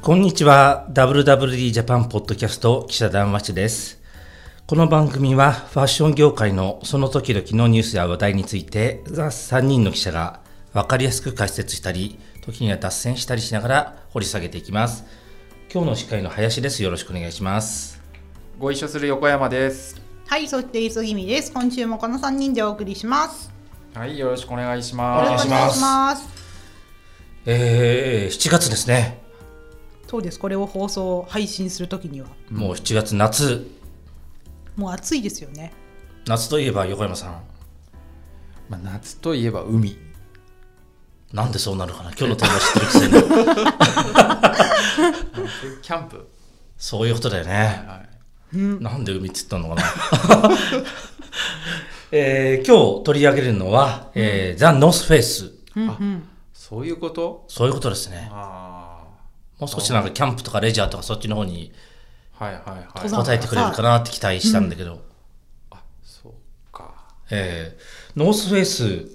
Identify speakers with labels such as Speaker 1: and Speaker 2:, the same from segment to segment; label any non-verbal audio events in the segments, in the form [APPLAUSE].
Speaker 1: こんにちは WWD ジャパンポッドキャスト記者談話室ですこの番組はファッション業界のその時々のニュースや話題についてザ3人の記者が分かりやすく解説したり時には脱線したりしながら掘り下げていきます今日の司会の林ですよろしくお願いします
Speaker 2: ご一緒する横山です。
Speaker 3: はい、そして磯気味です。今週もこの三人でお送りします。
Speaker 2: はい、よろしくお願いし
Speaker 3: よろ
Speaker 2: ま
Speaker 3: し
Speaker 2: す。
Speaker 3: くお願いします。
Speaker 1: えー、7月ですね
Speaker 3: そうです。これを放送配信するときには、
Speaker 1: もう7月夏
Speaker 3: もう暑いですよね。
Speaker 1: 夏といえば横山さん
Speaker 2: まあ、夏といえば海。
Speaker 1: なんでそうなるかな今日のテーマ知ってるくせに
Speaker 2: キャンプ。
Speaker 1: そういうことだよね
Speaker 2: は
Speaker 1: なんで海っつったのかな、 [LAUGHS] えー今日取り上げるのは、えーザ・ノースフェイス。
Speaker 3: うんうん。
Speaker 2: い。そういうこと。
Speaker 1: そういうことですね。
Speaker 2: あ
Speaker 1: もう少しなんかキャンプとかレジャーとかそっちの方に
Speaker 2: あ。はいはい
Speaker 3: 登
Speaker 2: はい
Speaker 3: 山。
Speaker 1: 答えてくれるかなって期待したんだけど、
Speaker 2: あ、そうか。
Speaker 1: えーノースフェイス、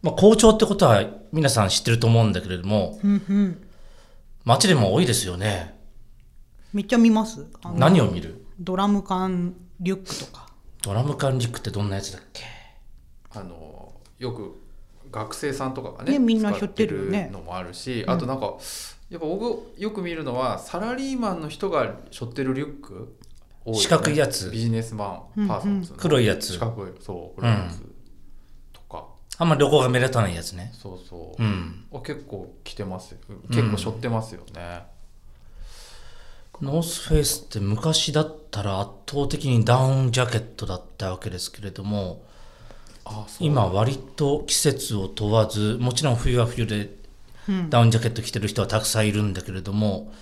Speaker 1: まあ、好調ってことは皆さん知ってると思うんだけれども、
Speaker 3: うんうん。
Speaker 1: 街でも多いですよね。
Speaker 3: めっちゃ見ます。あの
Speaker 1: 何を見る
Speaker 3: ドラム缶リュックとか。
Speaker 1: ドラム缶リュックってどんなやつだっけ
Speaker 2: あの、よく。学生さんとかが
Speaker 3: ね
Speaker 2: ね。
Speaker 3: みんな
Speaker 2: 使
Speaker 3: 背負ってるよね
Speaker 2: のもあるし、あとなんか。やっぱ僕よく見るのはサラリーマンの人が背負ってるリュック多よね
Speaker 1: 四角いやつ
Speaker 2: ビジネスマ
Speaker 3: うんう
Speaker 2: ン
Speaker 3: ん
Speaker 2: パーソンズの
Speaker 1: 黒いやつ
Speaker 2: 四角いそう黒いやつとか
Speaker 1: あんまり旅行が目立たないやつね。
Speaker 2: そうそう
Speaker 1: うん。
Speaker 2: あ結構着てますよ結構背負ってますよね、
Speaker 1: ノースフェイスって昔だったら圧倒的にダウンジャケットだったわけですけれども
Speaker 2: あそう
Speaker 1: 今割と季節を問わずもちろん冬は冬で
Speaker 3: うん。
Speaker 1: ダウンジャケット着てる人はたくさんいるんだけれども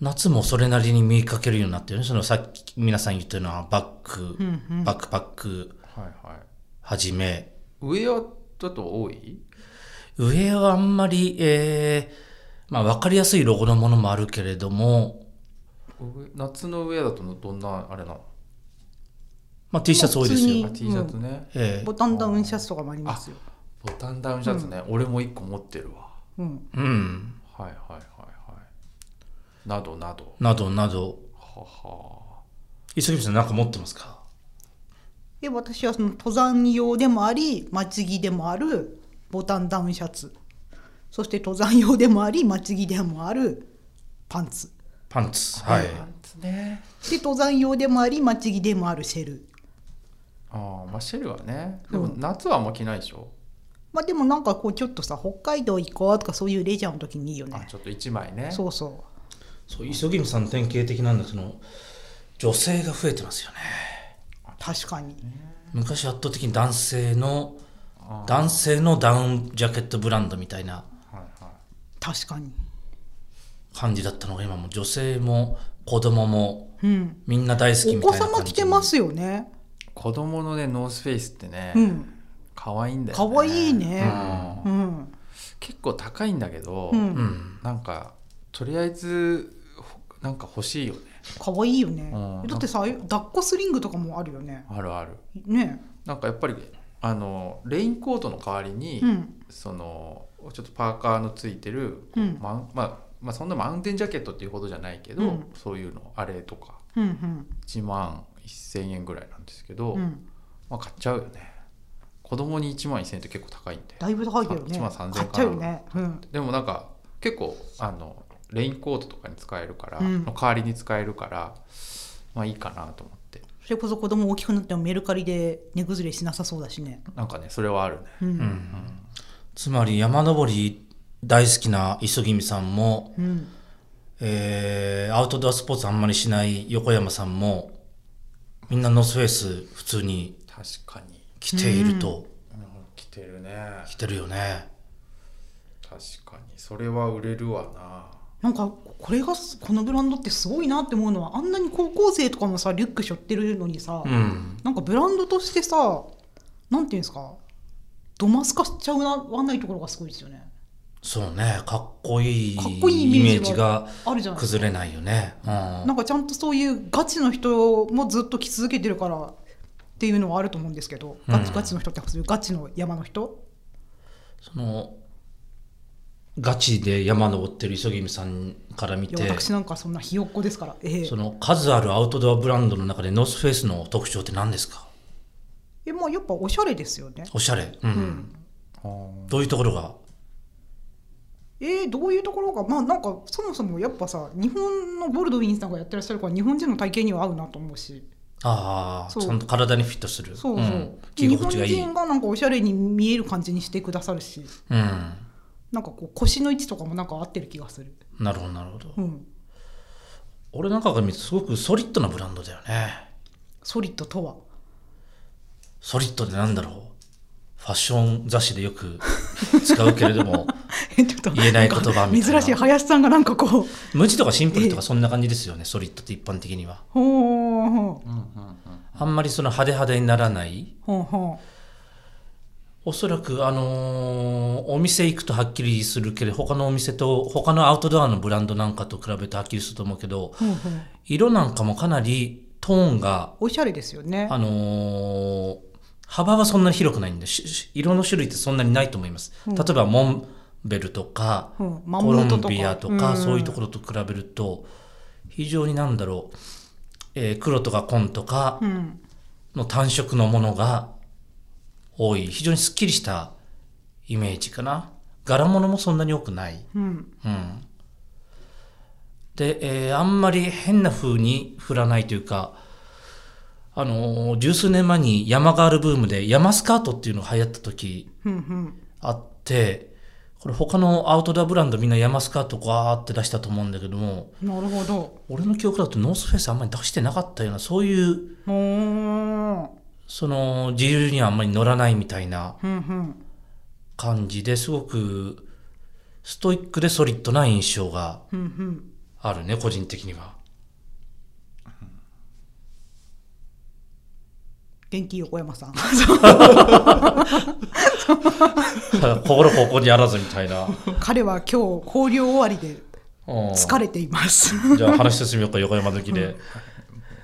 Speaker 1: 夏もそれなりに見かけるようになってるねそのさっき皆さん言ったようなバッグ、
Speaker 3: うんうん。
Speaker 1: バックパック
Speaker 2: はいはい
Speaker 1: はじめ
Speaker 2: 上はちょっと多い
Speaker 1: 上はあんまり、えーまあ、分かりやすいロゴのものもあるけれども、
Speaker 2: 上夏の上だとどんなあれなの、
Speaker 1: まあ、T シャツ多いです
Speaker 3: 普通
Speaker 1: よ
Speaker 3: に。
Speaker 2: あ T シャツね、
Speaker 1: え
Speaker 3: ボタンダウンシャツとかもありますよ。
Speaker 2: ボタンダウンシャツね、俺も一個持ってるわ
Speaker 3: うん。
Speaker 1: ーうん、
Speaker 2: はいはいはいはいなどなど
Speaker 1: などなど
Speaker 2: はは
Speaker 1: 磯木さんなんか持ってますか
Speaker 3: で、私はその登山用でもあり、町着でもあるボタンダウンシャツ。そして登山用でもあり、町着でもあるパンツ。
Speaker 1: パンツはい、
Speaker 2: パンツね
Speaker 3: で登山用でもあり町着でもあるシェル
Speaker 2: ああまあシェルはねでも夏はあんま着ないでしょ、
Speaker 3: まあでもなんかこうちょっとさ北海道行こうとかそういうレジャーの時にいいよ
Speaker 2: あ
Speaker 3: ね
Speaker 2: ちょっと一枚ね
Speaker 3: そうそ
Speaker 1: そう磯君さん典型的なんだその女性が増えてますよね
Speaker 3: う確かに
Speaker 1: 昔圧倒的に男性の
Speaker 2: あ
Speaker 1: 男性のダウンジャケットブランドみたいな
Speaker 2: はいはい
Speaker 3: 確かに
Speaker 1: 感じだったのが今もう女性も子供も
Speaker 3: うん
Speaker 1: みんな大好き
Speaker 3: お
Speaker 1: みたい
Speaker 3: 子
Speaker 1: な感じ
Speaker 3: 様着てますよね
Speaker 2: 子供のねノースフェイスってね、
Speaker 3: うん
Speaker 2: 可愛いんだよ
Speaker 3: か
Speaker 2: ね
Speaker 3: わいいね
Speaker 2: うん
Speaker 3: うん
Speaker 2: 結構高いんだけど、
Speaker 3: うん
Speaker 1: うん
Speaker 2: なんかとりあえずほなんか欲しいよね
Speaker 3: かわいいよね
Speaker 2: うん
Speaker 3: だってさ抱っこスリングとかもあるよね
Speaker 2: あるある
Speaker 3: ね
Speaker 2: なんかやっぱりあのレインコートの代わりに、
Speaker 3: うん
Speaker 2: そのちょっとパーカーのついてる、
Speaker 3: うん
Speaker 2: マンまあ、まあそんなマウンテンジャケットっていうほどじゃないけど、
Speaker 3: うん
Speaker 2: そういうのあれとか
Speaker 3: うんうん
Speaker 2: 1万1,000円ぐらいなんですけど、
Speaker 3: うん
Speaker 2: まあ、買っちゃうよね子供に1万1,000円って結構高いんで
Speaker 3: だいぶ高いけどね
Speaker 2: 1万3000
Speaker 3: 買っちゃうよねうん
Speaker 2: でもなんか結構あのレインコートとかに使えるから、
Speaker 3: うん
Speaker 2: の代わりに使えるからまあいいかなと思って
Speaker 3: それこそ子供大きくなってもメルカリで値崩れしなさそうだしね
Speaker 2: なんかねそれはあるね
Speaker 3: う
Speaker 1: うんんつまり山登り大好きな磯君さんも、
Speaker 3: うん
Speaker 1: えーアウトドアスポーツあんまりしない横山さんもみんなノースフェイス普通に
Speaker 2: 確かに、
Speaker 1: 着ていると。
Speaker 2: うん、着てるね
Speaker 1: 来てるよね
Speaker 2: 確かにそれは売れるわな
Speaker 3: なんかこれがすこのブランドってすごいなって思うのはあんなに高校生とかもさリュック背負ってるのにさ、
Speaker 1: うん
Speaker 3: なんかブランドとしてさなんていうんですかドマス化しちゃうなわないところがすごいですよね
Speaker 1: そうねかっこいい
Speaker 3: かっこいいイ
Speaker 1: イ
Speaker 3: メ
Speaker 1: メー
Speaker 3: ージ
Speaker 1: ジが
Speaker 3: あるじゃないです
Speaker 1: 崩れないよね、うん、
Speaker 3: かなんかちゃんとそういうガチの人もずっと着続けてるからっていうのはあると思うんですけどガチ,、
Speaker 1: うん
Speaker 3: ガチの人ってそういうガチの山の人
Speaker 1: そのガチで山登ってる磯君さんから見
Speaker 3: いや
Speaker 1: て、
Speaker 3: 私なんかそんなひよっこですから、ええ
Speaker 1: その数あるアウトドアブランドの中でノースフェイスの特徴って何ですか
Speaker 3: えもうやっぱおしゃれですよね
Speaker 1: おしゃれ、うん
Speaker 2: あー
Speaker 1: どういうところが
Speaker 3: えー、どういうところがまあなんかそもそもやっぱさ日本のボルドウィンさんがやってらっしゃるから日本人の体型には合うなと思うし
Speaker 1: ああ
Speaker 3: そう
Speaker 1: ちゃんと体にフィットする
Speaker 3: そうそう、
Speaker 1: ん、
Speaker 3: で
Speaker 1: 着
Speaker 3: 日
Speaker 1: 心
Speaker 3: 本
Speaker 1: 地がいい、うん
Speaker 3: 人、がなんかおしゃれに見える感じにしてくださるしなんかこう腰の位置とかもなんか合ってる気がする、
Speaker 1: なるほどなるほど、
Speaker 3: うん、
Speaker 1: 俺なんかが見てすごくソリッドなブランドだよね
Speaker 3: ソリッドとは [LAUGHS]
Speaker 1: ソリッドってなんだろうファッション雑誌でよく使うけれども [LAUGHS]
Speaker 3: えちょっと
Speaker 1: 言えない言葉みたいな
Speaker 3: 珍しい林さんがなんかこう
Speaker 1: 無地とかシンプルとかそんな感じですよね、ソリッドって一般的には
Speaker 3: ほうほう
Speaker 2: うんうん
Speaker 1: あんまりその派手派手にならない
Speaker 3: ほうほ
Speaker 1: おそらくあのーお店行くとはっきりするけど他のお店と他のアウトドアのブランドなんかと比べてはっきりすると思うけど
Speaker 3: うほうほう
Speaker 1: 色なんかもかなりトーンが
Speaker 3: おしゃれですよね
Speaker 1: あのー幅はそんなに広くないんでしし色の種類ってそんなにないと思います、例えばモンベルとか、
Speaker 3: うんマン
Speaker 1: コ
Speaker 3: モ
Speaker 1: ロ
Speaker 3: スとか
Speaker 1: ンビアとか、
Speaker 3: うん
Speaker 1: そういうところと比べると非常になんだろう、えー黒とか紺とか
Speaker 3: うん
Speaker 1: の単色のものが多い非常にすっきりしたイメージかな柄物もそんなに多くない、
Speaker 3: うん
Speaker 1: うん、で、えーあんまり変な風に振らないというか、あのー十数年前に山ガールブームで山スカートっていうのが流行った時
Speaker 3: うんうん
Speaker 1: あって、これ他のアウトドアブランドみんな山スカートガーって出したと思うんだけども、
Speaker 3: なるほど
Speaker 1: 俺の記憶だとノースフェイスあんまり出してなかったような、そういう、
Speaker 3: ほー
Speaker 1: その自由にはあんまり乗らないみたいな
Speaker 3: うんうん
Speaker 1: 感じですごくストイックでソリッドな印象が
Speaker 3: うんうん
Speaker 1: あるね、個人的には。
Speaker 3: 元気横山さん
Speaker 1: 心ここにあらずみたいな。
Speaker 3: 彼は今日交流終わりで疲れています [LAUGHS]
Speaker 1: うんじゃあ話進みようか、横山時で。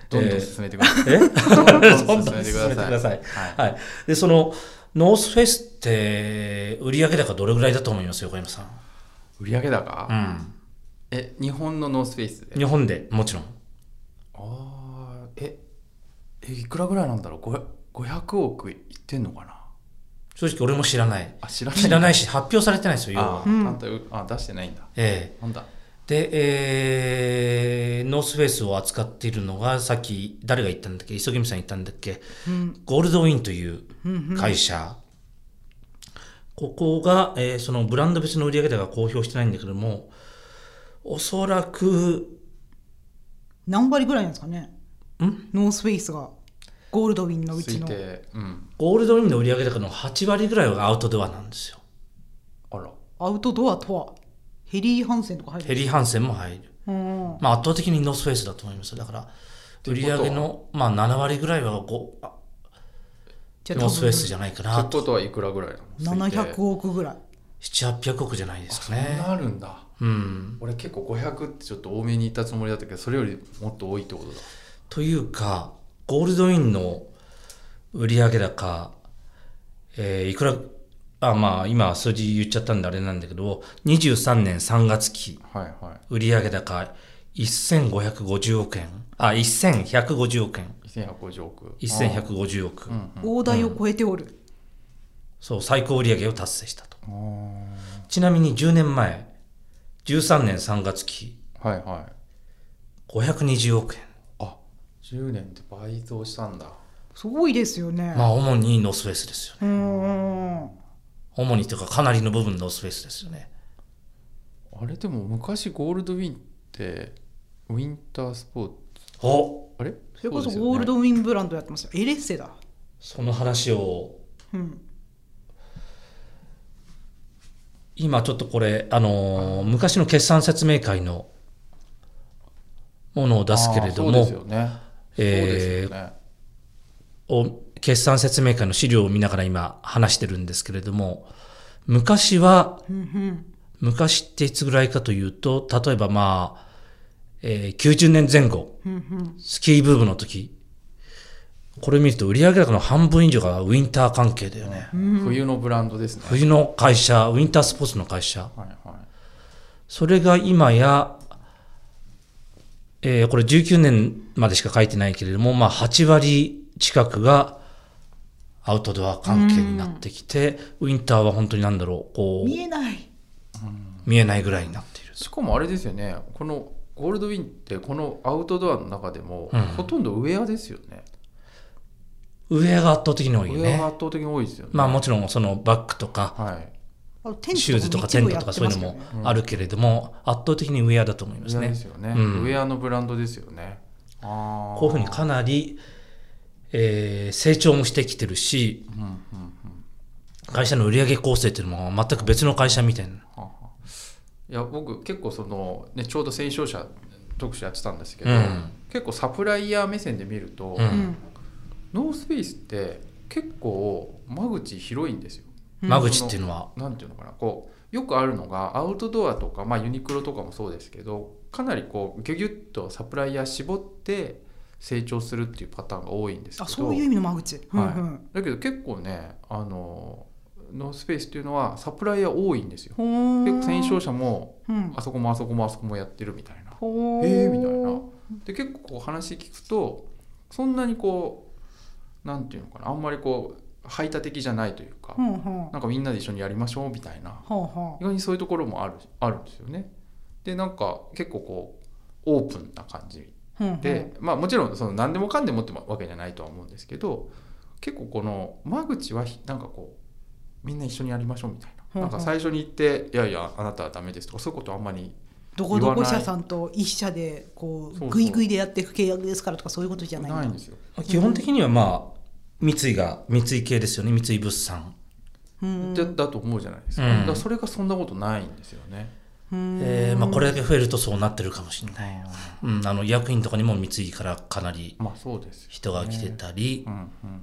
Speaker 2: どんどん進めてください。
Speaker 1: [LAUGHS] え
Speaker 2: どんど
Speaker 1: 進
Speaker 2: ん
Speaker 1: めて
Speaker 2: 進めて
Speaker 1: く
Speaker 2: く
Speaker 1: ださ
Speaker 2: ださ
Speaker 1: い
Speaker 2: い。
Speaker 1: はい。で、その、ノースフェイスって、売上高どれぐらいだと思います、横山さん。
Speaker 2: 売上高、
Speaker 1: うん。
Speaker 2: え、日本のノースフェイスで。
Speaker 1: 日本でもちろん。
Speaker 2: ああ、え、え、いくらぐらいなんだろう500 ?500 億いってんのかな
Speaker 1: 正直俺も知らない。
Speaker 2: あ、知らない。
Speaker 1: 知らない
Speaker 2: し。
Speaker 1: し、発表されてないですよ、要
Speaker 2: あ
Speaker 1: は
Speaker 2: ー、
Speaker 3: うん
Speaker 2: あんたうあ、出してないんだ。
Speaker 1: ええ
Speaker 2: なんだ
Speaker 1: で、えーノースフェイスを扱っているのが、さっき、誰が言ったんだっけ磯君さん言ったんだっけ
Speaker 3: うん
Speaker 1: ゴールドウィンという
Speaker 3: うんうん
Speaker 1: 会社、ここが、えーそのブランド別の売り上げ高が公表してないんだけども、おそらく、
Speaker 3: 何割ぐらいなんですかね
Speaker 1: ん
Speaker 3: ノースフェイスがゴールドウィンのうち
Speaker 2: 推
Speaker 3: の
Speaker 2: 定。うん。
Speaker 1: ゴールドウィンの売り上げ高の8割ぐらいはアウトドアなんですよ。
Speaker 2: あら。
Speaker 3: アウトドアとはヘリー・ハンセンとか入る
Speaker 1: ヘリー・ハンセンも入る。
Speaker 3: うん
Speaker 1: まあ、圧倒的にノースフェイスだと思います。だから、
Speaker 2: て
Speaker 1: 売
Speaker 2: こ
Speaker 1: り
Speaker 2: とは
Speaker 1: 上げの、まあ、7割ぐらいはごあ
Speaker 3: じゃあ
Speaker 1: ノースフェイスじ
Speaker 3: ゃ
Speaker 1: ゃないか
Speaker 2: とい
Speaker 1: な
Speaker 2: う
Speaker 1: と。
Speaker 2: ことはいくらぐらいなの
Speaker 3: 700
Speaker 2: 億
Speaker 3: 億ぐらい
Speaker 1: 7、800億じゃないですか
Speaker 2: そんな
Speaker 1: ね。
Speaker 2: あるんだ。
Speaker 1: うん。
Speaker 2: 俺結構500ってちょっと多めに言ったつもりだったけど、それよりもっと多いってことだ。
Speaker 1: というか、ゴールドウィンの売上高、えーいくら、あ、まあ、今数字言っちゃったんであれなんだけど、23年3月期、
Speaker 2: はいは
Speaker 1: 売上高1550億円、あ、1150億円、
Speaker 2: い。1150億。
Speaker 1: 1150億、
Speaker 2: うんうん。
Speaker 3: 大台を超えておる
Speaker 1: そう、最高売上を達成したと。
Speaker 2: あー
Speaker 1: ちなみに10年前、13年3月期、
Speaker 2: はいはい。
Speaker 1: 520億円。
Speaker 2: あ、10年で倍増したんだ。
Speaker 3: すごいですよね
Speaker 1: まあ、主にノースフェイスですよね。
Speaker 3: うん
Speaker 1: 主にというか、かなりの部分ノースフェイスですよね。
Speaker 2: あれでも昔ゴールドウィンってウィンタースポーツ
Speaker 1: お
Speaker 2: あれ
Speaker 3: それこそ
Speaker 2: うですよね
Speaker 3: ゴールドウィンブランドやってますよエレッセだ
Speaker 1: その話を
Speaker 3: うん
Speaker 1: 今ちょっとこれ、あのー昔の決算説明会のものを出すけれど
Speaker 2: あー
Speaker 1: も、
Speaker 2: そうですよね。
Speaker 1: えー
Speaker 2: そうですよね。
Speaker 1: お決算説明会の資料を見ながら今話してるんですけれども、昔は、
Speaker 3: うんうん
Speaker 1: 昔っていつぐらいかというと、例えばまあ、えー90年前後、
Speaker 3: うんうん
Speaker 1: スキーブームの時、これ見ると売上高の半分以上がウィンター関係だよね。
Speaker 2: 冬のブランドですね。
Speaker 1: 冬の会社、ウィンタースポーツの会社。
Speaker 2: はいはい。
Speaker 1: それが今や、えーこれ19年までしか書いてないけれども、まあ、8割近くがアウトドア関係になってきて、ウィンターは本当になんだろう、こう、
Speaker 3: 見えない
Speaker 1: 見えないぐらいになっている。
Speaker 2: しかもあれですよねこのゴールドウィンってこのアウトドアの中でも、
Speaker 1: うん
Speaker 2: ほとんどウェアですよね
Speaker 1: 上が圧倒的に多いよ
Speaker 2: ウェアが
Speaker 1: ね。
Speaker 2: 圧倒的に多いですよね
Speaker 1: まあもちろんそのバッグとか、
Speaker 2: はい
Speaker 3: あのテント
Speaker 1: シューズとかテントとかそういうのもあるけれども、圧倒的にウェアだと思い
Speaker 2: ウ
Speaker 1: ます
Speaker 2: ェア
Speaker 1: ね
Speaker 2: で。すよね、
Speaker 1: うん
Speaker 2: ウェアのブランドですよねあー
Speaker 1: こういうふうにかなり、えー成長もしてきてるし、
Speaker 2: うんうんうん
Speaker 1: 会社の売上構成っていうのも全く別の会社みたいな。
Speaker 2: はあはあいや僕結構その、ね、ちょうど戦勝者特集やってたんですけど、
Speaker 1: うん
Speaker 2: 結構サプライヤー目線で見ると、
Speaker 1: うん
Speaker 3: うん
Speaker 2: ノースペースって結構間口広いんですよ。
Speaker 3: うん
Speaker 1: 間口っていうのは、
Speaker 2: なんていうのかなこうよくあるのがアウトドアとか、まあ、ユニクロとかもそうですけどかなりこうギュギュッとサプライヤー絞って成長するっていうパターンが多いんですけど
Speaker 3: あそういう意味の間口、うん
Speaker 2: はい
Speaker 3: うん
Speaker 2: だけど結構ねあのノースペースっていうのはサプライヤー多いんですよ。
Speaker 3: ほー
Speaker 2: で戦勝者も
Speaker 3: うん
Speaker 2: あそこもあそこもあそこもやってるみたいな。
Speaker 3: ほー
Speaker 2: えー、みたいな。で結構こう話聞くとそんなにこうなんていうのかなあんまりこう排他的じゃないというか、
Speaker 3: ほんほん
Speaker 2: なんかみんなで一緒にやりましょうみたいな
Speaker 3: ほんほ
Speaker 2: 意外にそういうところもあるあるんですよね。でなんか結構こうオープンな感じ
Speaker 3: ん
Speaker 2: で、まあもちろんその何でもかんでもってわけじゃないとは思うんですけど結構この間口はひなんかこうみんな一緒にやりましょうみたい
Speaker 3: うん
Speaker 2: な。
Speaker 3: う
Speaker 2: なんんか最初に言って「いやいやあなたはダメです」とかそういうことあんまり
Speaker 3: どこどこ社さんと一社でこ
Speaker 2: そうそうう
Speaker 3: グイグイでやっていく契約ですからとかそういうことじゃない、
Speaker 2: ないんですすよ。
Speaker 1: 基本的にはまあ、三井が、三井系ですよね、三井物産。
Speaker 3: うん
Speaker 2: だだと思うじゃないですか,、
Speaker 1: うん
Speaker 2: だからそれがそんなことないんですよね。
Speaker 3: うん
Speaker 1: えーまあ、これだけ増えるとそうなってるかもしれない。うん、あの、医薬品とかにも三井からかなり
Speaker 2: まあそうですよね
Speaker 1: 人が来て、たり
Speaker 2: うんうんうん、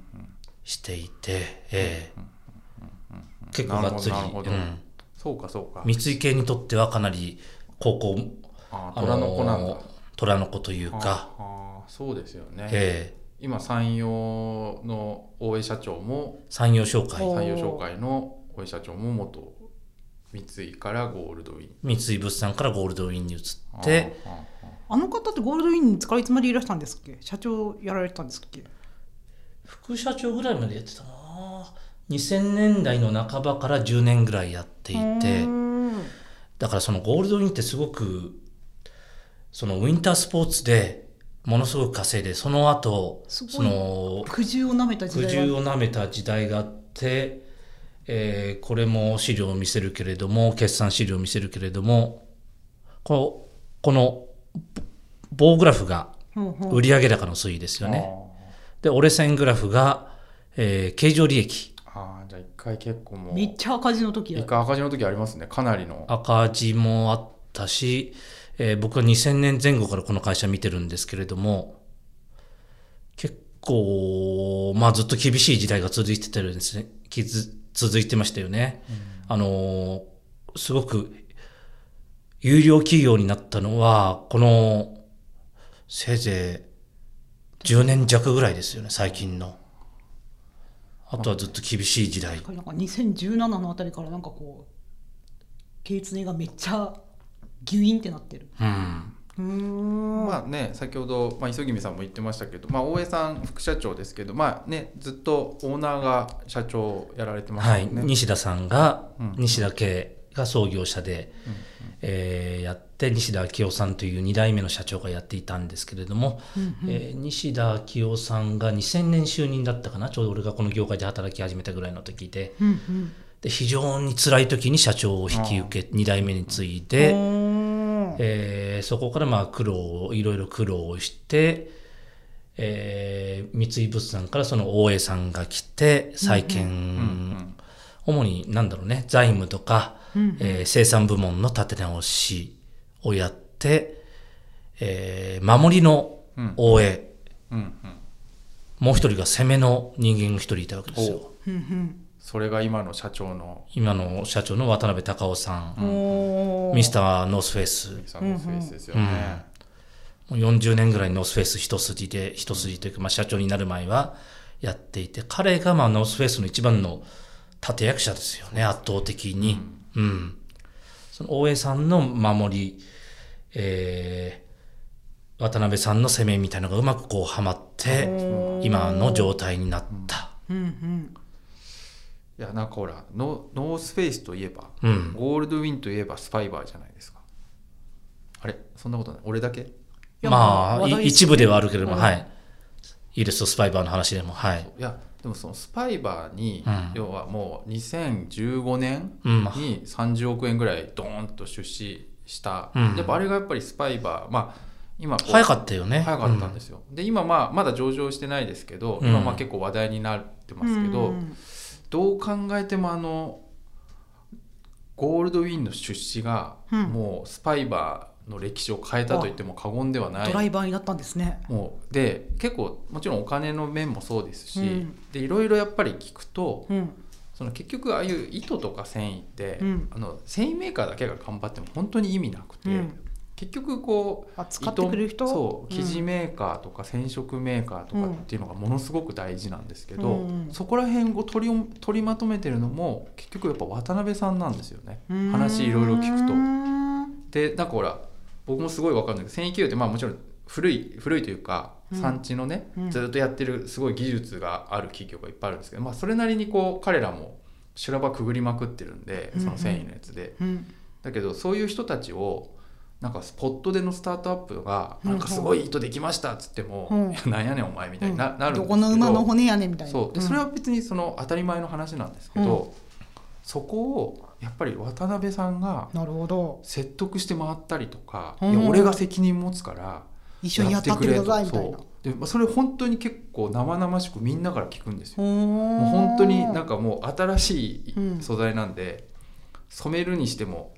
Speaker 1: していて、えー結構がっつり、
Speaker 2: なるほ
Speaker 1: う
Speaker 2: ど
Speaker 1: ん、
Speaker 2: そうかそうか
Speaker 1: 三井系にとってはかなり高校、
Speaker 2: あー
Speaker 1: あ
Speaker 2: 虎の子なんだ、
Speaker 1: のー虎の子という
Speaker 2: あ
Speaker 1: か、
Speaker 2: あーそうですよね、
Speaker 1: えー
Speaker 2: 今山陽の大江社長も
Speaker 1: 産業紹介
Speaker 3: おー
Speaker 2: 山陽商会の大江社長も元三井からゴールドウィン
Speaker 1: 三井物産からゴールドウィンに移って
Speaker 2: あーあーあ
Speaker 3: あの方ってゴールドウィンに使いつまでいらしたんですっけ社長やられてたんですっけ
Speaker 1: 副社長ぐらいまでやってたな2000年代の半ばから10年ぐらいやっていて
Speaker 3: うん
Speaker 1: だからそのゴールドウィンってすごくそのウィンタースポーツでものすごく稼いでその後
Speaker 3: すごい
Speaker 1: その
Speaker 3: 苦渋をなめた時
Speaker 1: 苦
Speaker 3: 代
Speaker 1: 渋
Speaker 3: は
Speaker 1: をなめた時代があって、えーこれも資料を見せるけれども決算資料を見せるけれどもこうこの棒グラフが
Speaker 3: うんうん
Speaker 1: 売上高の推移です
Speaker 2: ー
Speaker 1: よね。で折れ線グラフが、えー経常利益
Speaker 2: あーあーじゃあ一回結構もう
Speaker 3: めっちゃ赤字の時
Speaker 2: 一
Speaker 3: だ
Speaker 2: 回赤字の時ありますねかなりの
Speaker 1: 赤字もあったし、えー僕は2000年前後からこの会社見てるんですけれども結構、まあ、ずっと厳しい時代が続いてたようですねきず続いてましたよね。あのーすごく有料企業になったのはこのせいぜい10年弱ぐらいですよね最近の。あとはずっと厳しい時代。
Speaker 3: なんか2017のあたりからなんかこう経営がめっちゃギュインってなってる
Speaker 1: うん
Speaker 3: うーん
Speaker 2: まあね、先ほど、まあ、磯君さんも言ってましたけど、まあ、大江さん副社長ですけど、まあね、ずっとオーナーが社長をやられてま
Speaker 1: は
Speaker 2: す
Speaker 1: い、
Speaker 2: よね。
Speaker 1: 西田さんが、
Speaker 2: うん
Speaker 1: 西田家が創業者で、えーやって西田昭夫さんという2代目の社長がやっていたんですけれども、えー西田昭夫さんが2000年就任だったかなちょうど俺がこの業界で働き始めたぐらいの時で
Speaker 3: うんうん
Speaker 1: で非常に辛い時に社長を引き受け2代目に継いで。
Speaker 3: うん
Speaker 1: えーそこからまあ苦労をいろいろ苦労をして、えー三井物産からその大江さんが来て債券、
Speaker 2: ん
Speaker 1: 主になんだろうね財務とか、
Speaker 3: うん
Speaker 1: えー生産部門の立て直しをやって、えー守りの大江、
Speaker 2: うんうん、
Speaker 1: もう一人が攻めの人間が一人いたわけですよ
Speaker 2: お。
Speaker 3: うん
Speaker 2: それが今の社長の
Speaker 1: 今の社長の渡辺隆夫さ
Speaker 3: うん
Speaker 1: ん、
Speaker 3: おー
Speaker 1: ミスターノースフェイス
Speaker 2: さんのスペースですよね。
Speaker 1: もう40年ぐらいノースフェイス一筋で、一筋というか、まあ、社長になる前はやっていて、彼がまあノースフェイスの一番の立役者ですよね、圧倒的に。うん。その大江さんの守り、えー渡辺さんの攻めみたいなのがうまくこうはまって今の状態になった。
Speaker 3: うんうん
Speaker 2: いやなんかほらノノースフェイスといえば、
Speaker 1: うん
Speaker 2: ゴールドウィンといえばスパイバーじゃないですかあれそんなことない俺だけ
Speaker 3: いや
Speaker 1: ま
Speaker 3: まあ
Speaker 1: あ、
Speaker 3: 話題
Speaker 1: い一部ではあるけれども、
Speaker 3: うん
Speaker 1: はい。イールス・スパイバーの話でも、はい。
Speaker 2: いやでもそのスパイバーに、
Speaker 1: うん
Speaker 2: 要はもう2015年
Speaker 1: うん。
Speaker 2: に30億円ぐらいドーンと出資した、
Speaker 1: うん
Speaker 2: やっぱあれがやっぱりスパイバーまあ今こう
Speaker 1: 早かったよね。。
Speaker 2: 早かったんですすよ、で今まあまだ上場してないですけど、
Speaker 1: うん
Speaker 2: 今まあ結構話題になってますけど、
Speaker 3: うん
Speaker 2: どう考えてもあのゴールドウィンの出資が
Speaker 3: うん
Speaker 2: もうスパイバーの歴史を変えたと言っても過言ではな
Speaker 3: ドラ
Speaker 2: い。
Speaker 3: イバーになったんですね。
Speaker 2: もうで結構もちろんお金の面もそうですし、
Speaker 3: うん
Speaker 2: でいろいろやっぱり聞くと
Speaker 3: うん、
Speaker 2: その結局ああいう糸とか繊維って、
Speaker 3: うん
Speaker 2: あの繊維メーカーだけが頑張っても本当に意味なくて、
Speaker 3: うん
Speaker 2: 結局こう
Speaker 3: あ使ってくれる人
Speaker 2: 糸そう
Speaker 3: うん
Speaker 2: 生地メーカーとか染色メーカーとかっていうのがものすごく大事なんですけど、
Speaker 3: うん
Speaker 2: そこら辺を取り取りまとめてるのも結局やっぱ渡辺さんなんですよね
Speaker 3: うん
Speaker 2: 話いろいろ聞くと
Speaker 3: うん
Speaker 2: でなんかほら僕もすごい分かるんだけど繊維企業ってまあもちろん古い古いというか
Speaker 3: うん
Speaker 2: 産地のね、
Speaker 3: うん
Speaker 2: ずっとやってるすごい技術がある企業がいっぱいあるんですけど、まあ、それなりにこう彼らも修羅場くぐりまくってるんでその繊維のやつで、
Speaker 3: うん
Speaker 2: だけどそういう人たちをなんかスポットでのスタートアップが「
Speaker 3: うん
Speaker 2: なんかすごい糸できました」っつっても「
Speaker 3: うん
Speaker 2: いやなんやねんお前」みたいにな,、なるんですけど
Speaker 3: どこの馬の骨やねんみたいな。
Speaker 2: そうでそれは別にその当たり前の話なんですけど、そこをやっぱり渡辺さんが
Speaker 3: うんなるほど
Speaker 2: 説得して回ったりとか「
Speaker 3: うん
Speaker 2: いや俺が責任持つから
Speaker 3: 一緒にやったってくださいみたいな。
Speaker 2: そうでまあそれ本当に結構生々しくみんなから聞くんですよ。も
Speaker 3: も
Speaker 2: う本当になんかもう新し
Speaker 3: うん
Speaker 2: い素材なんで、染めるにしても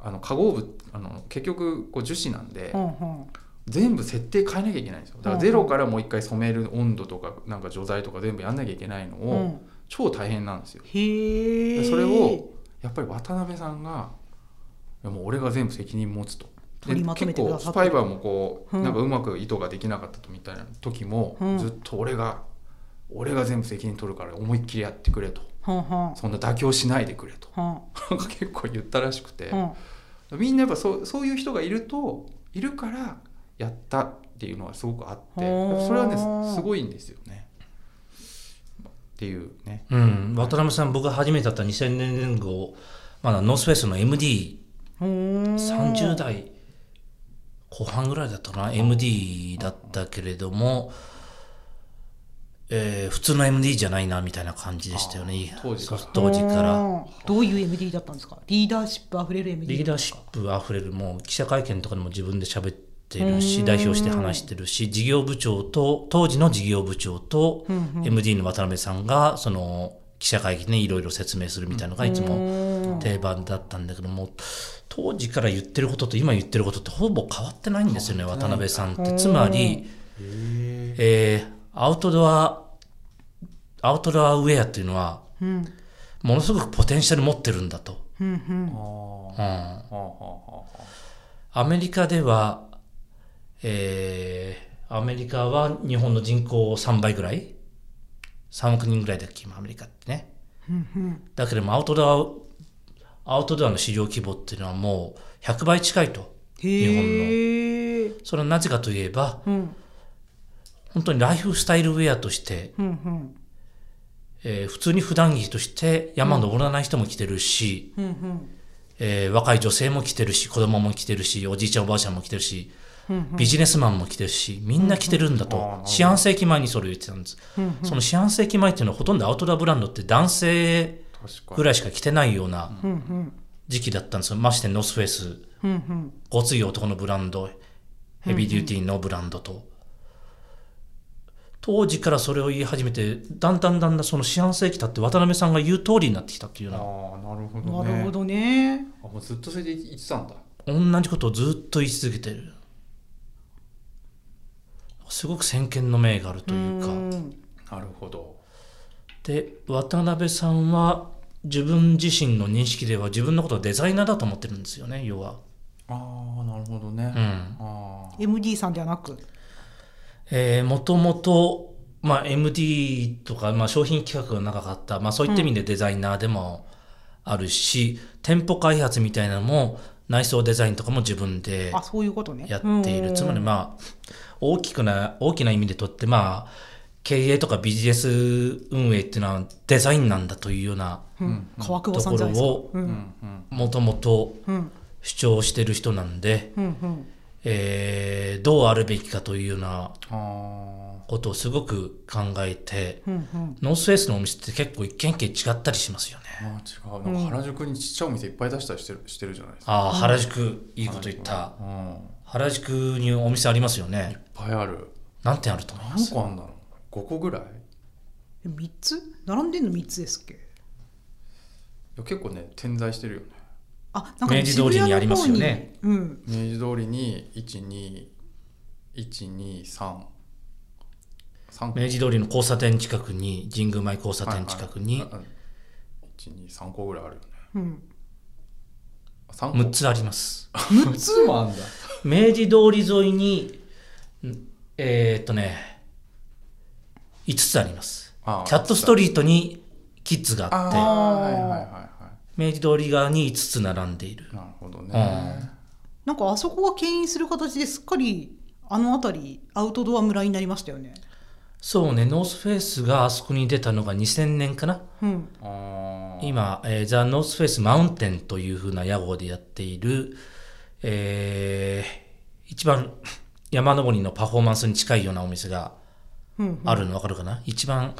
Speaker 2: あの化合物あの結局こう樹脂なんで、
Speaker 3: うんうん
Speaker 2: 全部設定変えなきゃいけないんですよだか
Speaker 3: うん
Speaker 2: らゼロからもう一回染める温度とかなんか除剤とか全部やんなきゃいけないのを、
Speaker 3: うん
Speaker 2: 超大変なんですよ
Speaker 3: へえ。
Speaker 2: それをやっぱり渡辺さんがいやもう俺が全部責任持つと。で
Speaker 3: 取りまとめてくだ
Speaker 2: 結構ス
Speaker 3: さった
Speaker 2: パイバーもこう、
Speaker 3: うん
Speaker 2: なんかうまく糸ができなかったとみたいな時も、
Speaker 3: うん
Speaker 2: ずっと俺が俺が全部責任取るから思いっきりやってくれと
Speaker 3: はんはん
Speaker 2: そんな妥協しないでくれと [LAUGHS]
Speaker 3: はん
Speaker 2: なんか結構言ったらしくて、
Speaker 3: はん
Speaker 2: みんなやっぱそうそういう人がいるといるからやったっていうのはすごくあって
Speaker 3: ほう
Speaker 2: それはねすすごいんですよね。っていうね。
Speaker 1: うん。渡辺さん、僕が初めて会った2000年前後、まだノースフェイスの MD、
Speaker 3: うーん
Speaker 1: 30代後半ぐらいだったかな、MD だったけれども、えー普通の MD じゃないな、みたいな感じでしたよね
Speaker 2: あ。当時から
Speaker 1: そう当時から。
Speaker 3: うんどういう MD だったんですかリーダーシップあふれる MD
Speaker 1: リーダーシップあふれるもう記者会見とかでも自分で喋ってるし代表して話してるし事業部長と当時の事業部長と MD の渡辺さんがその記者会見でいろいろ説明するみたいなのがいつも定番だったんだけども当時から言ってることと今言ってることってほぼ変わってないんですよね渡辺さんって。つまり、えーアウトドアアウトドアウェアっていうのは
Speaker 3: うん
Speaker 1: ものすごくポテンシャル持ってるんだと。
Speaker 3: うんうん
Speaker 1: う
Speaker 2: は
Speaker 1: ん
Speaker 2: あはあはあ
Speaker 1: アメリカでは、えーアメリカは日本の人口3倍ぐらい ?3 億人ぐらいだっけ、今アメリカってね。
Speaker 3: うんうん
Speaker 1: だけどもアウトドア、アウトドアの市場規模っていうのはもう100倍近いと。
Speaker 3: へえ
Speaker 1: それはなぜかといえば、
Speaker 3: うん
Speaker 1: 本当にライフスタイルウェアとして、
Speaker 3: うんうん
Speaker 1: えー普通に普段着として山登らない人も来てるし、
Speaker 3: うんうん
Speaker 1: えー若い女性も来てるし、子供も来てるし、おじいちゃんおばあちゃんも来てるし、
Speaker 3: うん
Speaker 1: ビジネスマンも来てるし、みんな来てるんだ
Speaker 2: うんうんあーな
Speaker 1: と
Speaker 2: るほ、ど
Speaker 1: 四半世紀前にそれを言ってたんです。その四半世紀前っていうのはほとんどアウトドアブランドって男性
Speaker 2: 確か
Speaker 1: ぐ
Speaker 2: に
Speaker 1: らいしか着てないような
Speaker 3: うんうん
Speaker 1: 時期だったんですよ。ましてノースフェイス、
Speaker 3: うんうん
Speaker 1: ごつい男のブランド、ヘビーデューティーのブランドと。当時からそれを言い始めて、だんだんだんだんその四半世紀経って渡辺さんが言う通りになってきたっていう
Speaker 2: あ
Speaker 1: よ
Speaker 2: あなるほどね
Speaker 3: なるほどね
Speaker 2: あもうずっとそれで言ってたんだ
Speaker 1: うな、同じことをずっと言い続けてる。すごく先見の明があるというか。
Speaker 3: うん
Speaker 2: なるほど
Speaker 1: で渡辺さんは自分自身の認識では自分のことをデザイナーだと思ってるんですよね要は、
Speaker 2: ああなるほどね、
Speaker 1: う
Speaker 2: あ
Speaker 1: ん
Speaker 2: あ
Speaker 3: MD さんではなく
Speaker 1: えー、もともと、まあ、MD とか、まあ、商品企画が長かった、まあ、そういった意味でデザイナーでもあるし店舗開発みたいなのも内装デザインとかも自分で
Speaker 3: あそういうことね
Speaker 1: やっている、つまりまあ大きくな大きな意味でとってまあ経営とかビジネス運営っていうのはデザインなんだというような
Speaker 3: あ、うん、川久保さんじゃないです
Speaker 1: とこ
Speaker 3: かう
Speaker 2: うんんうん
Speaker 1: もともと
Speaker 3: うん
Speaker 1: 主張してる人なんで、
Speaker 3: うんうん
Speaker 1: えーどうあるべきかというような
Speaker 2: あ
Speaker 1: ことをすごく考えて
Speaker 3: うんうん
Speaker 1: ノースフェイスのお店って結構一軒一軒違ったりしますよね
Speaker 2: ーあー違うなんか原宿にちっちゃいお店いっぱい出したりしてるしてるじゃないですか
Speaker 1: ああ原宿いいこと言った
Speaker 2: うん、いっ
Speaker 1: 原宿にお店ありますよね
Speaker 2: ぱいある
Speaker 1: 何点あると思いま
Speaker 2: 何
Speaker 1: す
Speaker 2: 個あんだろう5個ぐらいい
Speaker 3: 3つ並んでんの3つですっけ
Speaker 2: や結構ね点在してるよね
Speaker 3: あなんか
Speaker 1: 明治通りにありますよね
Speaker 3: 渋谷の方に、
Speaker 2: 明治通りに12123三
Speaker 1: 明治通りの交差点近くに神宮前交差点近くに
Speaker 2: 123個ぐらいあるよね
Speaker 3: うんうん、
Speaker 2: 3個
Speaker 1: 6つあります
Speaker 2: 6つもあんだ
Speaker 1: 明治通り沿いにんえーっとね5つあります
Speaker 2: あ
Speaker 1: キャットスト
Speaker 2: リー
Speaker 1: リートにキッズが
Speaker 2: あ
Speaker 1: あって
Speaker 2: あはいはいはいは
Speaker 1: 明治通り側に5つ並んでいる
Speaker 2: いなるほどね
Speaker 3: なんかあそこが牽引する形ですっかりあの辺りアウトドア村になりましたよね
Speaker 1: そうねノースフェイスがあそこに出たのが2000年かな
Speaker 3: うん
Speaker 2: あー
Speaker 1: 今、えー、ザ・ノースフェイス・マウンテンというふうな屋号でやっている、えー一番山登りのパフォーマンスに近いようなお店が
Speaker 3: うん
Speaker 1: あるの分かるかな、一番、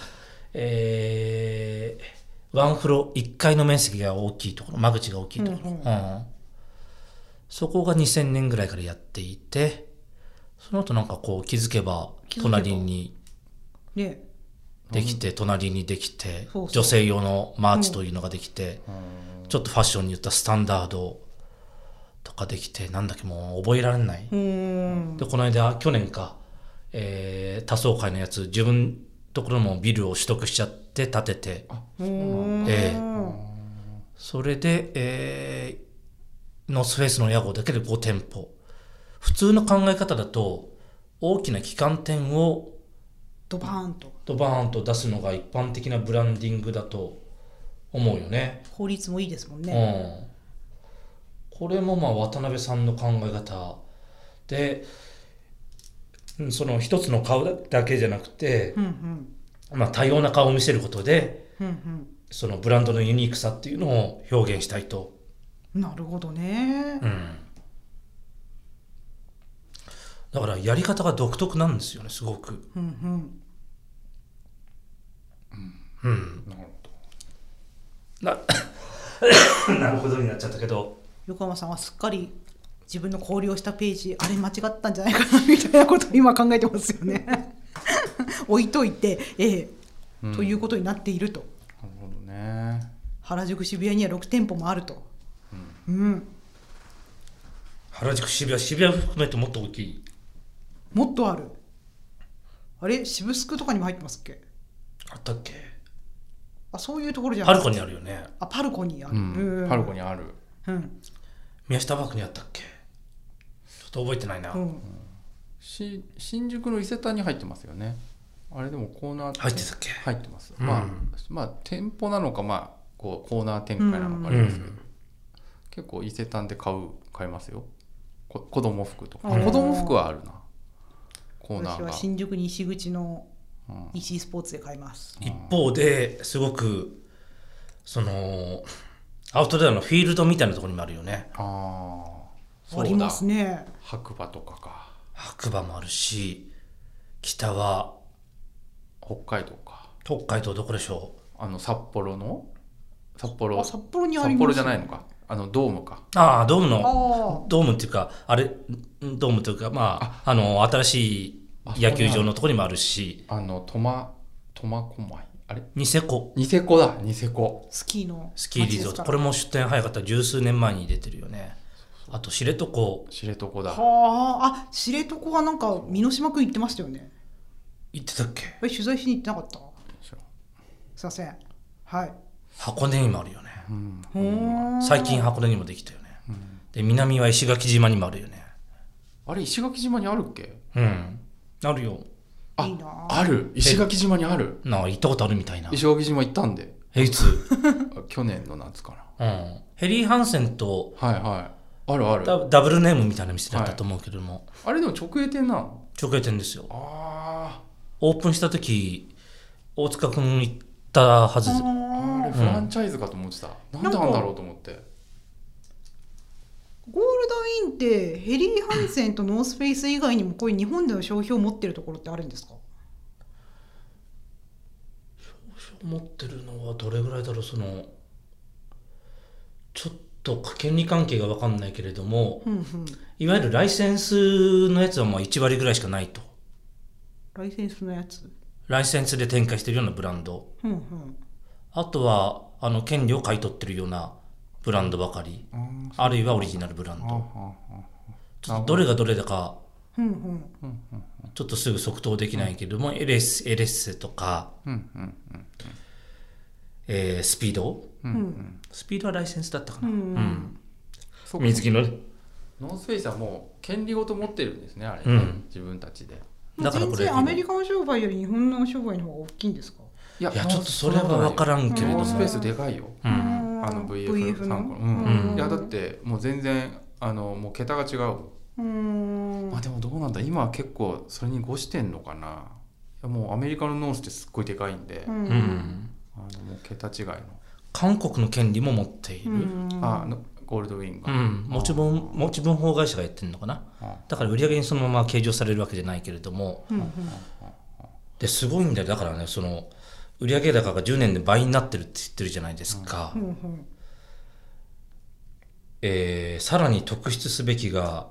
Speaker 1: えーワンフロ1階の面積が大きいところ間口が大きいところ、
Speaker 3: うん
Speaker 1: うんそこが2000年ぐらいからやっていてその後なんかこう気づけば
Speaker 3: 気づけば
Speaker 1: 隣に
Speaker 3: ね
Speaker 1: できて隣にできて
Speaker 3: そうそう
Speaker 1: 女性用のマーチというのができて、ちょっとファッションに言ったスタンダードとかできてなんだっけもう覚えられない、
Speaker 3: うーん
Speaker 1: でこの間去年か、えー多層階のやつ自分ところもビルを取得しちゃって建てて
Speaker 2: あ
Speaker 3: うーん
Speaker 1: ええそれで、えーノースフェイスの屋号だけで5店舗普通の考え方だと大きな旗艦店を
Speaker 3: ドバーンと
Speaker 1: ドバーンと出すのが一般的なブランディングだと思うよね、
Speaker 3: 法律もいいですもんね、
Speaker 1: うん、これもまあ渡辺さんの考え方でうんその一つの顔だけじゃなくて、
Speaker 3: うんうん
Speaker 1: まあ、多様な顔を見せることで
Speaker 3: うん
Speaker 1: そのブランドのユニークさっていうのを表現したいと、
Speaker 3: うんなるほどね
Speaker 1: うん、だからやり方が独特なんですよねすごく、
Speaker 3: うんうん
Speaker 1: うん、
Speaker 2: なるほど
Speaker 1: な [COUGHS] なるほどになっちゃったけど
Speaker 3: 横山さんはすっかり自分の考慮したページあれ間違ったんじゃないかなみたいなことを今考えてますよね置いといてええ
Speaker 2: うん
Speaker 3: ということになっていると
Speaker 2: なるほどね
Speaker 3: 原宿渋谷には6店舗もあるとうん、
Speaker 1: 原宿渋谷渋谷含めてもっと大きい
Speaker 3: もっとあるあれ渋スクとかにも入ってますっけ
Speaker 1: あったっけ
Speaker 3: あそういうところじゃ
Speaker 1: パ
Speaker 3: な
Speaker 1: ル
Speaker 3: い
Speaker 1: コにあるよね
Speaker 3: あパルコにある、
Speaker 2: うん
Speaker 3: うん
Speaker 2: パルコにある
Speaker 3: うん
Speaker 1: 宮下パークにあったっけちょっと覚えてないな、
Speaker 3: うん
Speaker 2: し新宿の伊勢丹に入ってますよねあれでもコーナー
Speaker 1: 入ってたっけ
Speaker 2: 入ってます、
Speaker 1: うん
Speaker 2: まあまあ店舗なのかまあこうコーナー展開なのかあ
Speaker 1: う
Speaker 2: れですけど、
Speaker 1: ん
Speaker 2: 結構伊勢丹で買う買いますよこ子供服とか
Speaker 3: うん
Speaker 2: 子供服はあるなコーナ
Speaker 3: 私
Speaker 2: ー
Speaker 3: は
Speaker 2: が、
Speaker 3: 新宿西口の
Speaker 2: うん
Speaker 3: 西井スポーツで買います
Speaker 1: 一方ですごくそのアウトドアのフィールドみたいなところにもあるよね
Speaker 2: あーそう
Speaker 3: あ
Speaker 2: だ
Speaker 3: りますね
Speaker 2: 白馬とかか
Speaker 1: 白馬もあるし北は
Speaker 2: 北海道か
Speaker 1: 北海道どこでしょう
Speaker 2: あの札幌の札幌
Speaker 3: あ札幌にあり
Speaker 2: 札
Speaker 3: ます
Speaker 2: 幌じゃないのかあのドームか
Speaker 1: ああドームの
Speaker 3: あ
Speaker 1: ドームっていうかあれんドームというかまああの新しい野球場のところにもあるし
Speaker 2: あの苫苫小牧あれ
Speaker 1: ニセコ
Speaker 2: ニセコだニセコ
Speaker 3: あスキーの
Speaker 1: スキーリゾートこれ
Speaker 3: も
Speaker 1: も出店早かった十数年前に出てるよねあと知床
Speaker 2: 知床だ
Speaker 3: はああ知床はなんか美濃島くん行ってましたよね
Speaker 1: 行ってたっけ
Speaker 3: え取材しに行ってなかったすいませんはい
Speaker 1: 箱根にもあるよね
Speaker 2: うん
Speaker 3: ほーん
Speaker 1: 最近箱根にもできたよね、で南は石垣島にもあるよね
Speaker 2: あれ石垣島にあるっけ
Speaker 1: うんあるよ
Speaker 2: あ
Speaker 3: いいなあ
Speaker 2: ある石垣島にある [LAUGHS]
Speaker 1: なんか行ったことあるみたいな
Speaker 2: 石垣島行ったんで
Speaker 1: えいつ、
Speaker 2: あ去年の夏かな
Speaker 1: うん、ヘリー・ハンセンと
Speaker 2: はいはいあるある
Speaker 1: ダダブルネームみたいな店だったと思うけども、
Speaker 2: あれでも直営店なの
Speaker 1: 直営店ですよ
Speaker 2: あ
Speaker 1: オープンした時大塚君行ったはずです
Speaker 2: ああれフランチャイズかと思ってた、なんであんだろうと思って
Speaker 3: ゴールドインってヘリー・ハンセンとノースフェイス以外にもこういう日本での商標を持ってるところってあるんですか
Speaker 1: 持ってるのはどれぐらいだろうそのちょっと権利関係が分かんないけれども
Speaker 3: うんうん
Speaker 1: いわゆるライセンスのやつはまあ1割ぐらいしかないと
Speaker 3: ライセンスのやつ
Speaker 1: ライセンスで展開してるようなブランド
Speaker 3: うんうん
Speaker 1: あとはあの権利を買い取ってるようなブランドばかり
Speaker 2: うん
Speaker 1: あるいはオリジナルブラン
Speaker 2: あ
Speaker 1: ド
Speaker 2: ああ
Speaker 1: ちょっとどれがどれだか
Speaker 3: うんうん
Speaker 2: うんうん
Speaker 1: ちょっとすぐ即答できないけれども、エレスエレッセとか、
Speaker 2: うんうんうん
Speaker 1: えースピード
Speaker 2: うんうん
Speaker 1: スピードはライセンスだったかな、
Speaker 3: うん
Speaker 1: うん
Speaker 2: そうか
Speaker 1: 水着のね
Speaker 2: ノースフェイスはもう権利ごと持ってるんですねあれね、
Speaker 1: うん
Speaker 2: 自分たちで
Speaker 3: ま
Speaker 1: だ
Speaker 3: あ
Speaker 1: から
Speaker 3: 全
Speaker 1: これ
Speaker 3: 然アメリカの商売より日本の商売の方が大きいんですか
Speaker 2: いや
Speaker 1: いやちょっとそれは分からんけれど
Speaker 2: ノ
Speaker 1: も
Speaker 2: ースフェイスでかいよ、
Speaker 1: うん
Speaker 2: あの VF
Speaker 3: の
Speaker 2: 参考
Speaker 1: う
Speaker 2: の、
Speaker 1: ん
Speaker 2: いやだってもう全然あのもう桁が違う、
Speaker 3: うん
Speaker 2: まあでもどうなんだ今は結構それに誤してんのかないやもうアメリカのノースってすっごいでかいんで、
Speaker 3: う
Speaker 1: うんん
Speaker 2: あのもう桁違いの、
Speaker 1: 韓国の権利も持っている、うん
Speaker 2: あのゴールドウィンが、
Speaker 1: 持ち分持ち分法会社がやってるのかな
Speaker 2: あ
Speaker 1: だから売り上げにそのまま計上されるわけじゃないけれども
Speaker 3: うんうん
Speaker 1: ですごいんだよだからねその売上高が10年で倍になってるって言ってるじゃないですか、
Speaker 3: うんうん
Speaker 1: えーさらに特筆すべきが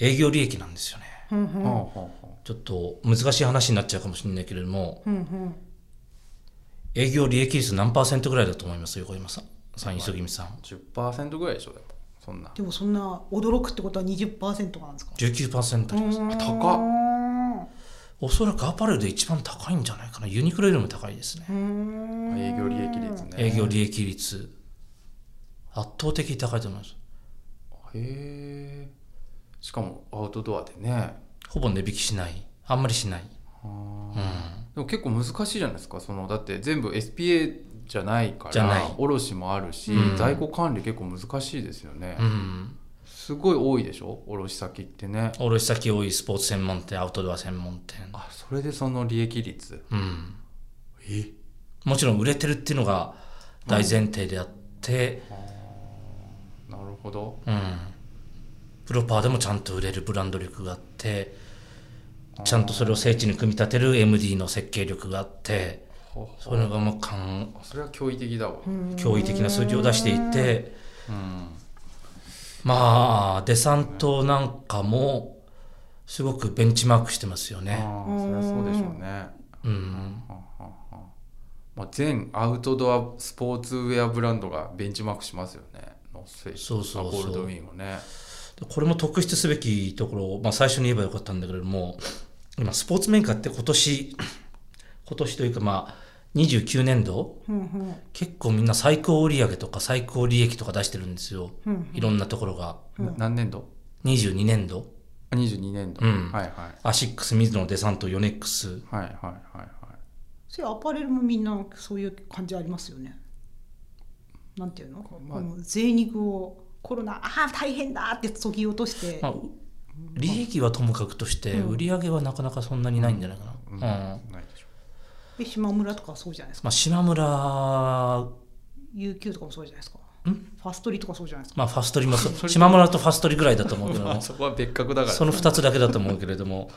Speaker 1: 営業利益なんですよね
Speaker 3: うんう
Speaker 2: あ
Speaker 3: ん
Speaker 2: はあは
Speaker 1: ちょっと難しい話になっちゃうかもしれないけれども
Speaker 3: うんうん
Speaker 1: 営業利益率何パーセントぐらいだと思います横山さんさん磯君さん
Speaker 2: あ10%ぐらいでしょでもそんな
Speaker 3: でもそんな驚くってことは20%なんですか
Speaker 1: 19%あります
Speaker 2: 高っ
Speaker 3: っ
Speaker 1: おそらくアパレルで一番高いんじゃないかなユニクロよりも高いですね
Speaker 2: 営業利益率ね
Speaker 1: 営業利益率圧倒的に高いと思います
Speaker 2: へえしかもアウトドアでね
Speaker 1: ほぼ値引きしないあんまりしない
Speaker 2: は
Speaker 1: う
Speaker 2: あ
Speaker 1: ん
Speaker 2: でも結構難しいじゃないですかそのだって全部 SPA じゃないか
Speaker 1: じゃな
Speaker 2: ら
Speaker 1: い
Speaker 2: 卸もあるし、
Speaker 1: うん
Speaker 2: 在庫管理結構難しいですよね、
Speaker 1: うん
Speaker 2: すごい多いでしょ卸先ってね
Speaker 1: 卸先多いスポーツ専門店アウトドア専門店
Speaker 2: あそれでその利益率
Speaker 1: うん
Speaker 2: え
Speaker 1: もちろん売れてるっていうのが大前提であって、
Speaker 2: なるほど
Speaker 1: うんプロパーでもちゃんと売れるブランド力があってちゃんとそれを聖地に組み立てる MD の設計力があって
Speaker 2: ほほ
Speaker 1: そういうのがもうかん
Speaker 2: それは驚異的だわうん、
Speaker 1: 驚異的な数字を出していてまあデサントなんかもすごくベンチマークしてますよ
Speaker 2: あ
Speaker 1: ね。
Speaker 2: あそりゃそうでしょうね
Speaker 1: うん、
Speaker 2: はあはあはあまあ、全アウトドアスポーツウェアブランドがベンチマークしますよねノースフェイス
Speaker 1: そうそうそう
Speaker 2: あゴールドウィンをね
Speaker 1: でこれも特筆すべきところを、まあ、最初に言えばよかったんだけれども今スポーツメーカーって今年今年というかまあ29年度
Speaker 3: うんうん
Speaker 1: 結構みんな最高売上とか最高利益とか出してるんですよ
Speaker 3: うんうん
Speaker 1: いろんなところが
Speaker 3: うん
Speaker 2: な何年度
Speaker 1: 22年度
Speaker 2: あ22年度、
Speaker 1: うん
Speaker 2: はいはい
Speaker 1: アシックスミズノデサントヨネックス
Speaker 2: はいはいはいはい
Speaker 3: それアパレルもみんなそういう感じありますよね。なんていうの、
Speaker 2: まあ
Speaker 3: この贅肉をコロナああ大変だってそぎ落として、
Speaker 1: まあ、利益はともかくとして、
Speaker 3: うん
Speaker 1: 売り上げはなかなかそんなにないんじゃないか
Speaker 2: うん
Speaker 1: な、うん
Speaker 2: ないでしょ
Speaker 3: で島村とかそうじゃないですか、
Speaker 1: まあ、島村、
Speaker 3: UQ とかもそうじゃないですか、
Speaker 1: ん
Speaker 3: ファストリーとかそうじゃないですか。
Speaker 1: まあ、ファストリも
Speaker 3: [LAUGHS]
Speaker 1: そう島村とファストリぐらいだと思うけど
Speaker 2: まあ
Speaker 1: も
Speaker 2: そこは別格だから
Speaker 1: その2つだけだと思うけれど
Speaker 2: [LAUGHS]
Speaker 1: も、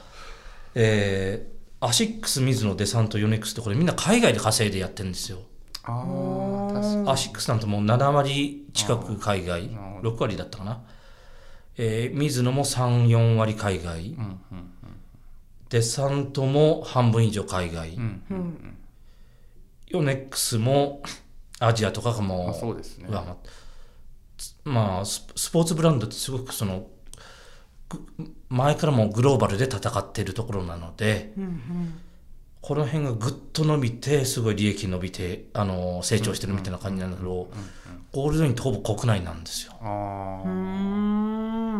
Speaker 1: えーアシックス、ミズノ、デサント、ヨネックスってこれみんな海外で稼いでやってるんですよ。
Speaker 2: あー確かに
Speaker 1: アシックスなんてもう7割近く海外、
Speaker 2: なるほ
Speaker 1: 6割だったかな。えーミズノも3、4割海外
Speaker 2: う、んうん
Speaker 1: デサントも半分以上海外。
Speaker 2: うん
Speaker 3: う
Speaker 2: うんん
Speaker 1: ヨネックスもアジアとかが
Speaker 2: まあ
Speaker 1: も
Speaker 2: そうですね
Speaker 1: う上回ってつまあススポーツブランドってすごくそのぐ前からもうグローバルで戦っているところなので
Speaker 3: うんうん
Speaker 1: この辺がぐっと伸びてすごい利益伸びてあの成長してるみたいな感じなんだけどゴールドインってほぼ国内なんですよ
Speaker 2: あ
Speaker 3: う
Speaker 2: あ
Speaker 3: ーん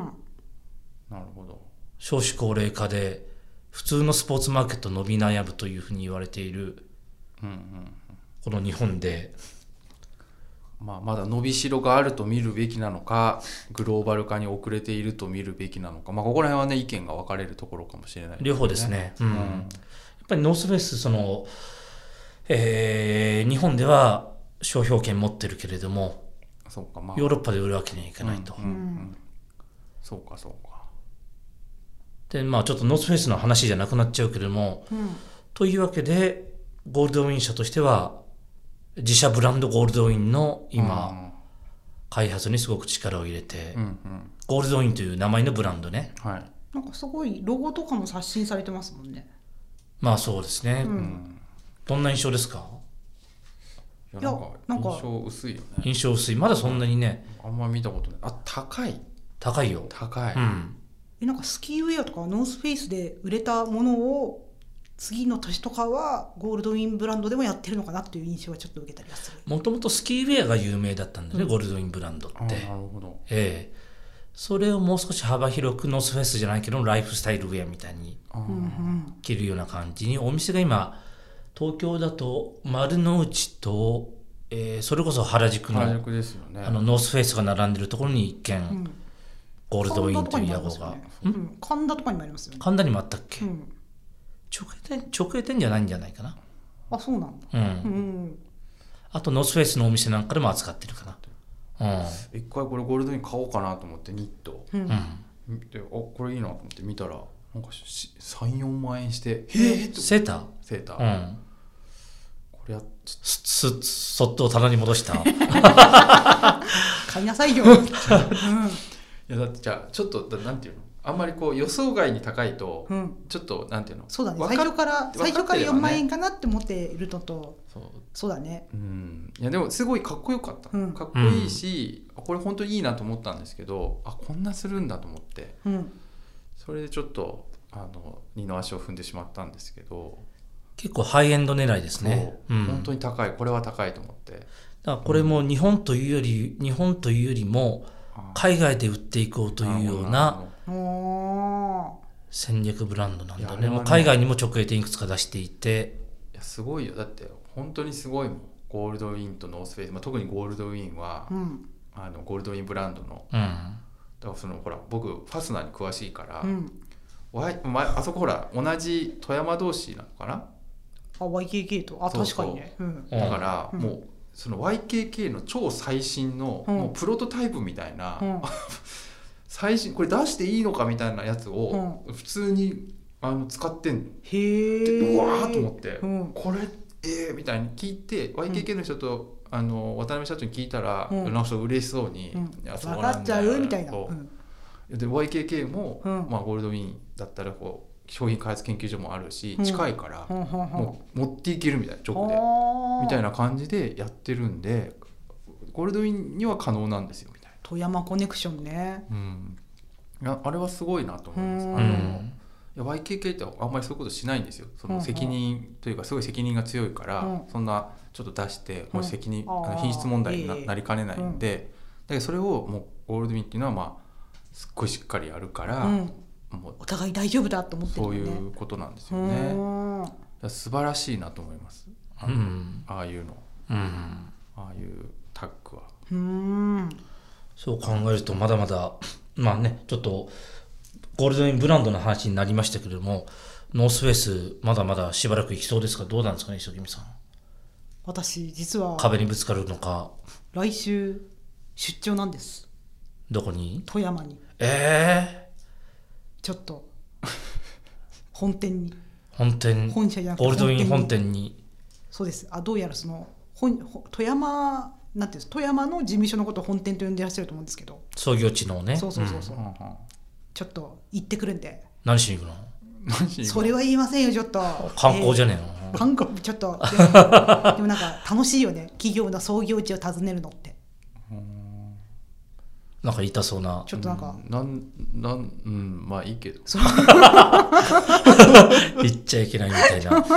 Speaker 2: なるほど
Speaker 1: 少子高齢化で普通のスポーツマーケット伸び悩むというふうに言われている
Speaker 2: うん
Speaker 1: この日本で
Speaker 2: まあ、まだ伸びしろがあると見るべきなのかグローバル化に遅れていると見るべきなのか、まあ、ここら辺はね意見が分かれるところかもしれない、
Speaker 1: 両方ですね。うん
Speaker 2: う
Speaker 1: や
Speaker 2: ん
Speaker 1: っぱりノースフェイスその、えー日本では商標権持ってるけれども
Speaker 2: そうかまあ
Speaker 1: ヨーロッパで売るわけにはいかないと。
Speaker 2: うんうんうんそうかそうか
Speaker 1: でまあちょっとノースフェイスの話じゃなくなっちゃうけれども
Speaker 3: うん
Speaker 1: というわけでゴールドウィン社としては自社ブランドゴールドウィンの今開発にすごく力を入れて、
Speaker 2: うんうん
Speaker 1: ゴールドウィンという名前のブランドね
Speaker 2: うんはい、
Speaker 3: なんかすごいロゴとかも刷新されてますもんね。
Speaker 1: まあそうですね、
Speaker 3: うん
Speaker 2: うん、
Speaker 1: どんな印象ですか
Speaker 2: いや
Speaker 3: いや
Speaker 2: なんか
Speaker 3: なんか
Speaker 2: 印象薄いよね
Speaker 1: 印象薄いまだそんなにね
Speaker 2: あんま見たことないあ高い
Speaker 1: 高いよ、
Speaker 2: 高い、
Speaker 1: うん
Speaker 3: えなんかスキーウェアとかノースフェイスで売れたものを次の年とかはゴールドウィンブランドでもやってるのかなっていう印象はちょっと受けたりはする。
Speaker 1: もともとスキーウェアが有名だったんだよね、
Speaker 3: うん
Speaker 1: ゴールドウィンブランドって
Speaker 2: あ、なるほど
Speaker 1: ええそれをもう少し幅広くノースフェイスじゃないけどライフスタイルウェアみたいに
Speaker 2: あー
Speaker 3: うんうん
Speaker 1: 着るような感じにお店が今東京だと丸の内と、えーそれこそ原宿の
Speaker 2: 原宿ですよね
Speaker 1: あのノースフェイスが並んでるところに一軒、
Speaker 3: うん、
Speaker 1: ゴールドウィンという野
Speaker 3: 神田
Speaker 1: 号
Speaker 3: とか
Speaker 1: が
Speaker 3: にもありますよねうん神田とかにもありますよね。
Speaker 1: 神田にもあったっけ、
Speaker 3: うん、
Speaker 1: 直営店直営店じゃないんじゃないかな
Speaker 3: あそうなんだ。
Speaker 1: うん、
Speaker 3: うん、
Speaker 1: あとノースフェイスのお店なんかでも扱ってるかな
Speaker 2: 一回これゴールドに買おうかなと思ってニット
Speaker 3: うん
Speaker 1: うん、うん、
Speaker 2: であこれいいなと思って見たらなんか34万円して
Speaker 3: ん
Speaker 2: へえと
Speaker 1: セータ
Speaker 2: セーター、
Speaker 1: ーうん
Speaker 2: これやちょっ
Speaker 1: すすそっと棚に戻した
Speaker 3: [LAUGHS] 買いなさいよ。うん
Speaker 2: といやだってじゃあちょっとだなんていうのあんまりこう予想外に高いと、
Speaker 3: うん、
Speaker 2: ちょっとなんていうの
Speaker 3: そうだね
Speaker 2: わか
Speaker 3: 最初から
Speaker 2: 分かってればね
Speaker 3: 最初から4万円かなって思っているのと
Speaker 2: そう
Speaker 3: そうだね
Speaker 2: うんいやでもすごいかっこよかった、
Speaker 3: うん
Speaker 2: かっこいいし、あこれ本当にいいなと思ったんですけどあこんなするんだと思って
Speaker 3: うん
Speaker 2: それでちょっとあの二の足を踏んでしまったんですけど、
Speaker 1: 結構ハイエンド狙いですね
Speaker 2: そう
Speaker 1: うん
Speaker 2: 本当に高いこれは高いと思って
Speaker 1: だからこれも日本というより日本というよりも
Speaker 2: あー
Speaker 1: 海外で売っていこうというよう
Speaker 2: あ
Speaker 1: な
Speaker 2: ー
Speaker 3: お
Speaker 1: 戦略ブランドなん
Speaker 2: い
Speaker 1: だ
Speaker 2: やあ
Speaker 1: ね
Speaker 2: れはね
Speaker 1: もう海外にも直営店いくつか出していて
Speaker 2: いやすごいよだって本当にすごいもんゴールドウィンとノースフェイス、まあ、特にゴールドウィンは、
Speaker 3: ーうん
Speaker 2: あのゴールドウィンブランドの
Speaker 1: うん
Speaker 2: だからそのほら僕ファスナーに詳しいから、
Speaker 3: うん
Speaker 2: わいまああそこほら同じ富山同士なのかな、
Speaker 3: あ YKK とあ
Speaker 2: そう
Speaker 3: 確
Speaker 2: そ
Speaker 3: か
Speaker 2: う
Speaker 3: にねうん
Speaker 1: うん
Speaker 2: だから、
Speaker 3: うん
Speaker 2: もうその YKK の超最新の、
Speaker 3: うん
Speaker 2: もうプロトタイプみたいな、
Speaker 3: うん
Speaker 2: 最新これ出していいのかみたいなやつを、普通にあの使ってんの
Speaker 3: へ
Speaker 2: で
Speaker 3: え
Speaker 2: うわーっと思って、
Speaker 3: うん
Speaker 2: これえー、みたいに聞いて YKK の人と、あの渡辺社長に聞いたら、
Speaker 3: うん
Speaker 2: なんかそう嬉しそうに、
Speaker 3: うん
Speaker 2: いや
Speaker 3: 分
Speaker 2: そうなん
Speaker 3: か
Speaker 2: だ
Speaker 3: っちゃうみたいな
Speaker 2: そう
Speaker 3: うん
Speaker 2: で YKK も、
Speaker 3: うん
Speaker 2: まあ、ゴールドウィンだったらこう商品開発研究所もあるし、
Speaker 3: うん
Speaker 2: 近いから、
Speaker 3: ほんほんほん
Speaker 2: もう持っていけるみたいな直で
Speaker 3: あー
Speaker 2: みたいな感じでやってるんでゴールドウィンには可能なんですよみたい
Speaker 3: 富山コネクションね
Speaker 2: な、うん、いやあれはすごいなと思います。
Speaker 3: うん
Speaker 1: う
Speaker 2: あの
Speaker 1: ん
Speaker 2: いや YKK ってあんまりそういうことしないんですよそ
Speaker 3: うんう
Speaker 2: の
Speaker 3: ん
Speaker 2: 責任というかすごい責任が強いから、
Speaker 3: うん
Speaker 2: そんなちょっと出してもう責任、
Speaker 3: うんあー
Speaker 2: あの品質問題にない
Speaker 3: えいえ
Speaker 2: なりかねないんで、だけどそれをもうゴールドウィンっていうのはまあすっごいしっかりやるから、
Speaker 3: うん
Speaker 2: もう
Speaker 3: お互い大丈夫だと思ってる
Speaker 2: そ
Speaker 3: よ
Speaker 2: う
Speaker 3: ね
Speaker 2: いうことなんですよ
Speaker 3: う
Speaker 2: ね。だか
Speaker 3: ん
Speaker 2: ら素晴らしいなと思います
Speaker 1: う。ん
Speaker 2: ああいうの、
Speaker 1: うん
Speaker 2: ああいうタッグは。
Speaker 3: うん
Speaker 1: そう考えるとまだまだまあねちょっとゴールドウィンブランドの話になりましたけれどもノースフェイスまだまだしばらく行きそうですかどうなんですかね石君さん
Speaker 3: 私実は
Speaker 1: 壁にぶつかるのか
Speaker 3: 来週出張なんです
Speaker 1: どこに
Speaker 3: 富山に
Speaker 1: ええ
Speaker 3: ちょっ
Speaker 2: [LAUGHS]
Speaker 3: と本店に
Speaker 1: 本店
Speaker 3: 本社じゃなくて
Speaker 1: ゴールドウィン本
Speaker 3: 本
Speaker 1: 店に
Speaker 3: そうですあどうやらその本ほ富山なんていうんです富山の事務所のことを本店と呼んでらっしゃると思うんですけど
Speaker 1: 創業地のね
Speaker 3: そうそうそうそ
Speaker 1: ん
Speaker 3: う、
Speaker 2: うんうん
Speaker 3: ちょっと行ってくるんで
Speaker 1: 何しに行くの
Speaker 2: 何し
Speaker 3: それは言いませんよちょっと
Speaker 1: 観光じ
Speaker 3: ゃ、
Speaker 1: ゃね
Speaker 3: え
Speaker 1: え
Speaker 3: ー
Speaker 1: の、
Speaker 3: 観光ちょっとでもでもなんか楽しいよね企業の創業地を訪ねるのって
Speaker 2: うん
Speaker 1: なんか痛そうな
Speaker 3: ちょっとなんか、
Speaker 2: なんなんうんまあいいけど。
Speaker 3: そう
Speaker 1: 言っちゃいけないみたいな
Speaker 2: い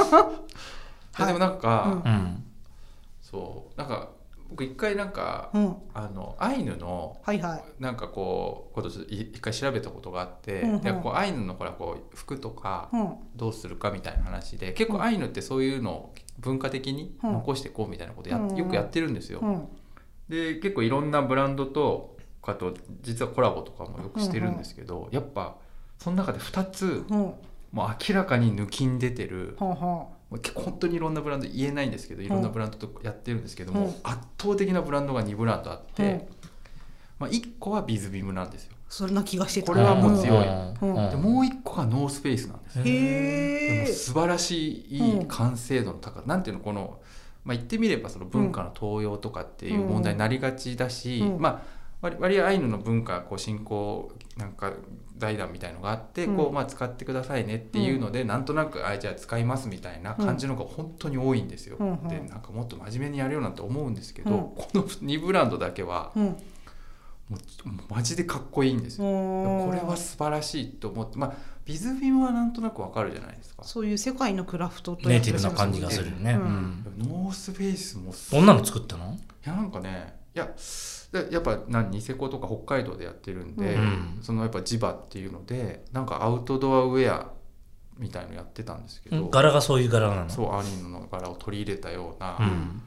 Speaker 2: やでもなんか、
Speaker 3: うん
Speaker 1: うん
Speaker 2: そうなんか僕一回なんか、
Speaker 3: うん
Speaker 2: あのアイヌの
Speaker 3: はいはい
Speaker 2: なんかこうことちょっとい一回調べたことがあって、
Speaker 3: うんうん
Speaker 2: でこうアイヌのほらこう服とか
Speaker 3: うん
Speaker 2: どうするかみたいな話で結
Speaker 3: う
Speaker 2: 構
Speaker 3: ん
Speaker 2: アイヌってそういうのを文化的に
Speaker 3: うん
Speaker 2: 残していこうみたいなことや、
Speaker 3: うんうん
Speaker 2: よくやってるんですよ、
Speaker 3: うん
Speaker 2: で結構いろんなブランドとかと実はコラボとかもよくしてるんですけど、やっぱその中で2つ
Speaker 3: うんは
Speaker 2: もう明らかに抜きん出てる
Speaker 3: あは
Speaker 2: もう結構本当にいろんなブランド言えないんですけどいろんなブランドとやってるんですけども、
Speaker 3: うん
Speaker 2: 圧倒的なブランドが2ブランドあって、
Speaker 3: うん
Speaker 2: まあ、1個はビズビームなんですよ
Speaker 3: あそんな気がしてた
Speaker 2: これはもう強い
Speaker 3: うん
Speaker 2: でもう1個がノースペースなんですよ
Speaker 3: うんへ
Speaker 2: でも
Speaker 3: え
Speaker 2: 素晴らし
Speaker 3: う
Speaker 2: い
Speaker 3: ん
Speaker 2: 完成度の高い、なんていうのこの、まあ、言ってみればその文化の盗用とかっていう問題になりがちだし、
Speaker 3: うん
Speaker 2: まあ割割合アイヌの文化こう振興なんか財団みたいのがあって、
Speaker 3: うん
Speaker 2: こうまあ使ってくださいねっていうので、なんとなくあじゃあ使いますみたいな感じのが本当に多いんですよ。
Speaker 3: うんうん
Speaker 2: でなんかもっと真面目にやるよなんて思うんですけど、
Speaker 3: うん
Speaker 2: この2ブランドだけは
Speaker 3: うん
Speaker 2: もうもうマジでかっこいいんですよ。こ
Speaker 3: こ
Speaker 2: れは素晴らしいと思ってまあビズビムはなんとなくわかるじゃないですか。
Speaker 3: そういう世界のクラフトと
Speaker 1: ネ
Speaker 3: や
Speaker 1: イテ
Speaker 3: っぱ
Speaker 1: ィブな感じがするよね。
Speaker 3: う
Speaker 1: うんん。
Speaker 2: ノースフェイスもす
Speaker 1: こんなの作ったの
Speaker 2: いやなんかねいやでやっぱなんニセコとか北海道でやってるんで、
Speaker 1: うん
Speaker 2: そのやっぱ磁場っていうのでなんかアウトドアウェアみたいのやってたんですけど、
Speaker 1: 柄がそういう柄なの
Speaker 2: そうアーリンの柄を取り入れたような、
Speaker 1: う
Speaker 2: い
Speaker 1: ん。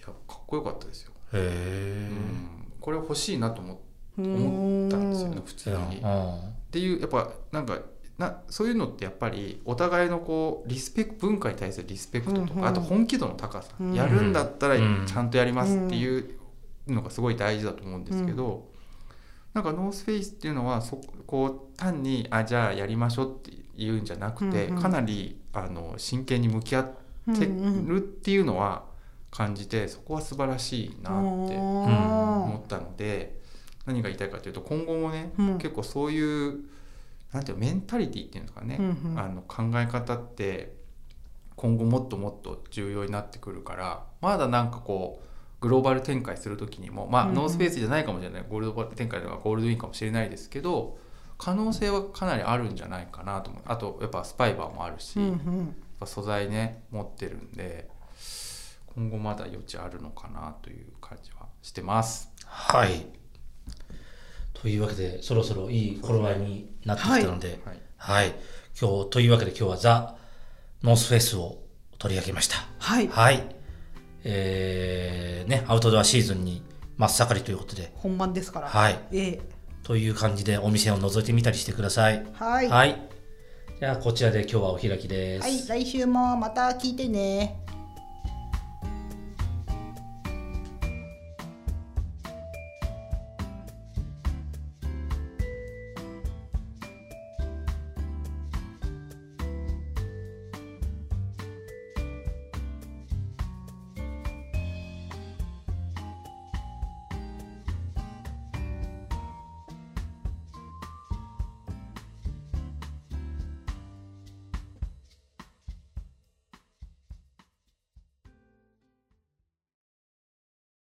Speaker 2: やかっこよかったですよ、
Speaker 1: へえ
Speaker 2: う。んこれ欲しいなと思思ったんですよね普通
Speaker 1: う
Speaker 2: に。
Speaker 1: ん
Speaker 2: っ。ていうやっぱなんかなそういうのってやっぱりお互いのこうリスペク文化に対するリスペクトとか、
Speaker 3: うんうん
Speaker 2: あと本気度の高さ、
Speaker 3: うん
Speaker 2: やるんだったら
Speaker 1: うん
Speaker 2: ちゃんとやりますっていうのがすごい大事だと思うんですけど、なんかノースフェイスっていうのはそこう単にあじゃあやりましょうっていうんじゃなくて、
Speaker 3: うんうん
Speaker 2: かなりあの真剣に向き合って
Speaker 3: うんうん
Speaker 2: るっていうのは感じてそこは素晴らしいなって思ったので何が言いたいかというと今後もね、
Speaker 3: うん
Speaker 2: 結構そういうなんていうのメンタリティっていうんですかね、
Speaker 3: うんうん
Speaker 2: あの考え方って今後もっともっと重要になってくるからまだなんかこうグローバル展開する時にもまあ、
Speaker 3: うんうん
Speaker 2: ノースペースじゃないかもしれないゴールド展開とかゴールドインかもしれないですけど可能性はかなりあるんじゃないかなと思うあとやっぱスパイバーもあるし、
Speaker 3: うんう
Speaker 2: やっ
Speaker 3: ん
Speaker 2: ぱ素材ね持ってるんで今後まだ余地あるのかなという感じはしてます。
Speaker 1: はい。というわけで、そろそろいい頃合いになってきたので、
Speaker 2: はい
Speaker 1: はい。今日、というわけで今日はザ・ノースフェイスを取り上げました。
Speaker 3: はい
Speaker 1: はい。えー、ね、アウトドアシーズンに真っ盛りということで、
Speaker 3: 本番ですから
Speaker 1: はい。
Speaker 3: ええ
Speaker 1: という感じでお店を覗いてみたりしてください。
Speaker 3: はい
Speaker 1: はい。じゃあ、こちらで今日はお開きです。
Speaker 3: はい来週もまた聞いてね